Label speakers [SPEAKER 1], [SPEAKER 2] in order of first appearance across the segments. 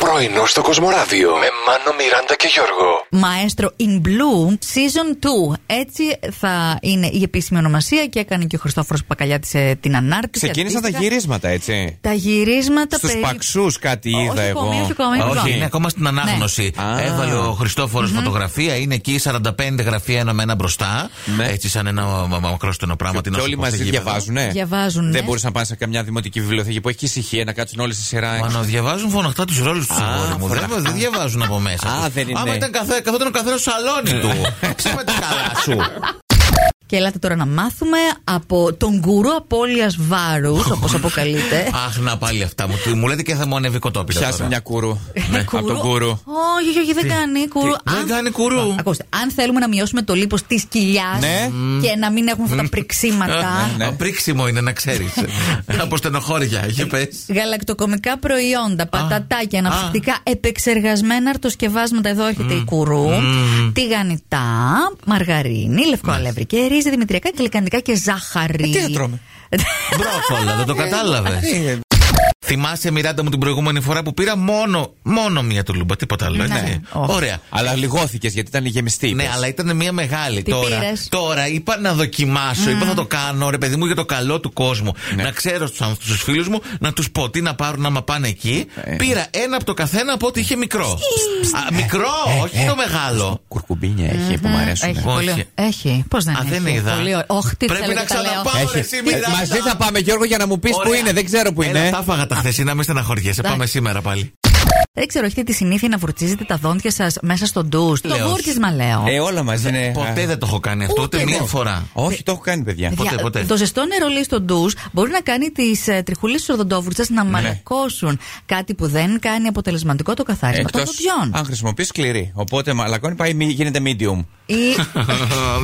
[SPEAKER 1] Πρωινό στο Κοσμοράδιο με Μάνο, Μιράντα και Γιώργο.
[SPEAKER 2] Maestro in Blue Season 2. Έτσι θα είναι η επίσημη ονομασία και έκανε και ο Χριστόφορος Πακαλιάτης ε, την ανάρτηση.
[SPEAKER 3] Ξεκίνησαν τα
[SPEAKER 2] Αντίστοιχα,
[SPEAKER 3] γυρίσματα, έτσι.
[SPEAKER 2] Τα γυρίσματα
[SPEAKER 3] Στους
[SPEAKER 2] περίπου-
[SPEAKER 3] παξούς κάτι
[SPEAKER 2] Όχι
[SPEAKER 3] είδα
[SPEAKER 2] ακόμη,
[SPEAKER 3] εγώ.
[SPEAKER 2] όχι ακόμη,
[SPEAKER 3] Α,
[SPEAKER 2] όχι
[SPEAKER 4] Όχι,
[SPEAKER 2] Εδώ.
[SPEAKER 4] είναι ακόμα στην ανάγνωση.
[SPEAKER 3] Ναι. Α.
[SPEAKER 4] Έβαλε ο χριστοφορο φωτογραφία, είναι εκεί 45 γραφεία ένα με ένα μπροστά.
[SPEAKER 3] Ναι.
[SPEAKER 4] Έτσι, σαν ένα μα- μα- μακρόστενο πράγμα. τι
[SPEAKER 3] Και
[SPEAKER 4] να σου
[SPEAKER 3] όλοι
[SPEAKER 4] πω, στα
[SPEAKER 3] μαζί
[SPEAKER 4] γήπεδα.
[SPEAKER 3] διαβάζουνε.
[SPEAKER 2] Διαβάζουνε.
[SPEAKER 3] Δεν μπορούσαν να πάνε σε καμιά δημοτική βιβλιοθήκη που έχει και ησυχία να κάτσουν όλοι στη σειρά.
[SPEAKER 4] Μα να διαβάζουν φωναχτά τους ρόλους του
[SPEAKER 3] Α,
[SPEAKER 4] αγόρι μου. Δεν,
[SPEAKER 3] φωναχτά.
[SPEAKER 4] δεν διαβάζουν από μέσα.
[SPEAKER 3] Α,
[SPEAKER 4] τους.
[SPEAKER 3] δεν είναι.
[SPEAKER 4] Άμα ήταν καθέ, καθόταν ο καθένα στο σαλόνι του. Ψήμα τη καλά σου.
[SPEAKER 2] Και ελάτε τώρα να μάθουμε από τον γκουρού απώλειας βάρους, όπως αποκαλείται.
[SPEAKER 4] Αχ, να πάλι αυτά μου. Τι- Μου λέτε και θα μου ανέβει κοτόπιλα.
[SPEAKER 3] Πιάσε
[SPEAKER 4] τώρα.
[SPEAKER 3] μια κούρου. ναι, Από τον
[SPEAKER 2] Κουρού.
[SPEAKER 3] κούρου.
[SPEAKER 2] Όχι, όχι, δεν κάνει κουρού.
[SPEAKER 4] Δεν
[SPEAKER 2] Αν-
[SPEAKER 4] κάνει κουρού.
[SPEAKER 2] Ακούστε, αν θέλουμε να μειώσουμε το λίπος της κοιλιάς
[SPEAKER 3] Ναι.
[SPEAKER 2] και να μην έχουμε αυτά τα
[SPEAKER 4] Α,
[SPEAKER 2] πρικσίματα,
[SPEAKER 3] ναι.
[SPEAKER 4] Απρίξιμο είναι να ξέρεις. Από στενοχώρια, είχε πες.
[SPEAKER 2] γαλακτοκομικά προϊόντα, πατατάκια, αναψυκτικά, επεξεργασμένα αρτοσκευάσματα, εδώ έρχεται η κουρού, τηγανιτά, μαργαρίνη, λευκό αλεύρι και ρύζι, δημητριακά, γλυκαντικά και ζάχαρη.
[SPEAKER 3] Ε, τι να τρώμε.
[SPEAKER 4] Μπρόκολα, δεν το κατάλαβες.
[SPEAKER 3] Ε,
[SPEAKER 4] Θυμάσαι, Μιράντα μου την προηγούμενη φορά που πήρα μόνο, μόνο μία τουλούμπα, τίποτα άλλο.
[SPEAKER 2] Ναι,
[SPEAKER 4] έτσι.
[SPEAKER 2] όχι.
[SPEAKER 4] Ωραία.
[SPEAKER 3] Αλλά λιγώθηκες γιατί ήταν γεμιστή.
[SPEAKER 4] Ναι,
[SPEAKER 3] είπες.
[SPEAKER 4] αλλά ήταν μία μεγάλη.
[SPEAKER 2] Τι
[SPEAKER 4] τώρα,
[SPEAKER 2] πήρες?
[SPEAKER 4] τώρα είπα να δοκιμάσω. Είπα θα το κάνω, ρε παιδί μου, για το καλό του κόσμου.
[SPEAKER 3] Ναι.
[SPEAKER 4] Να ξέρω στου φίλους μου να τους πω τι να πάρουν άμα πάνε εκεί.
[SPEAKER 3] Ε.
[SPEAKER 4] Πήρα ένα από το καθένα από ό,τι είχε μικρό. Α, μικρό,
[SPEAKER 3] Ε,
[SPEAKER 4] όχι το μεγάλο.
[SPEAKER 3] Κουρκουμπίνια έχει που μου αρέσουν.
[SPEAKER 2] Έχει,
[SPEAKER 4] Όχι.
[SPEAKER 2] πολύ ω- έχει. Πώς δεν
[SPEAKER 4] Α,
[SPEAKER 2] έχει.
[SPEAKER 4] δεν είδα.
[SPEAKER 2] Πολύ ω- Όχι, τι
[SPEAKER 4] Πρέπει
[SPEAKER 2] θέλω
[SPEAKER 4] να
[SPEAKER 2] και τα λέω.
[SPEAKER 4] ξαναπάω, ρε, εσύ, Μιράντα.
[SPEAKER 3] Ε, Μαζί θα πάμε, Γιώργο, για να μου πεις που
[SPEAKER 4] Ωραία.
[SPEAKER 3] είναι. Δεν ξέρω που
[SPEAKER 4] Έλα,
[SPEAKER 3] είναι.
[SPEAKER 4] Τα έφαγα τα χθεσινά, μην στεναχωριέσαι. Πάμε σήμερα πάλι.
[SPEAKER 2] Δεν ξέρω, έχετε τη συνήθεια να βουρτσίζετε τα δόντια σας μέσα στο ντου. Το
[SPEAKER 4] Λέω.
[SPEAKER 2] βούρτσισμα λέω.
[SPEAKER 3] Ε, όλα μαζί είναι.
[SPEAKER 4] Ποτέ
[SPEAKER 3] Α,
[SPEAKER 4] δεν το έχω κάνει αυτό,
[SPEAKER 2] Ούτε
[SPEAKER 4] ούτε μία
[SPEAKER 2] εγώ.
[SPEAKER 4] φορά.
[SPEAKER 3] Όχι, το έχω κάνει, παιδιά.
[SPEAKER 4] Ποτέ,
[SPEAKER 2] Παιδιά,
[SPEAKER 4] ποτέ.
[SPEAKER 2] Το ζεστό νερό λέει στο ντουζ μπορεί να κάνει τις ε, τριχουλίες τη οδοντόβουρτσα
[SPEAKER 4] Ναι.
[SPEAKER 2] να μαλακώσουν. Κάτι που δεν κάνει αποτελεσματικό το καθάρισμα των
[SPEAKER 3] Εκτός
[SPEAKER 2] δοντιών.
[SPEAKER 3] αν χρησιμοποιείς σκληρή. Οπότε μαλακώνει, πάει, μη- γίνεται medium.
[SPEAKER 2] Ή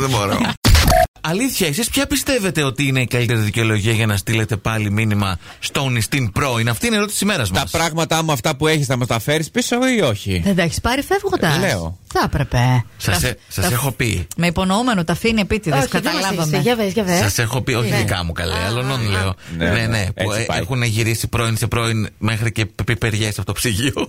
[SPEAKER 4] Δεν μπορώ. Αλήθεια, εσείς ποια πιστεύετε ότι είναι η καλύτερη δικαιολογία για να στείλετε πάλι μήνυμα στον Ιστίν Pro. Είναι αυτή είναι η ερώτηση της ημέρας μα.
[SPEAKER 3] Τα πράγματα άμα αυτά που έχεις θα μας τα φέρεις πίσω ή όχι.
[SPEAKER 2] δεν τα έχεις πάρει φεύγοντα.
[SPEAKER 3] Ε, λέω.
[SPEAKER 2] Θα έπρεπε.
[SPEAKER 4] Σας,
[SPEAKER 2] Τα-
[SPEAKER 4] ε- σας
[SPEAKER 2] τα-
[SPEAKER 4] έχω πει.
[SPEAKER 2] Με υπονοούμενο τα αφήνει επίτηδες.
[SPEAKER 5] Όχι, δεν μας έχεις πει.
[SPEAKER 2] Καταλάβαμε.
[SPEAKER 5] Για βες, για βες.
[SPEAKER 4] Σας έχω πει, όχι δικά μου καλέ, άλλων λέω.
[SPEAKER 3] Ναι,
[SPEAKER 4] Ναι,
[SPEAKER 3] ναι,
[SPEAKER 4] ναι, που
[SPEAKER 3] έτσι
[SPEAKER 4] ε,
[SPEAKER 3] πάει.
[SPEAKER 4] έχουν γυρίσει πρώην σε πρώην μέχρι και πιπεριέ από το ψυγείο.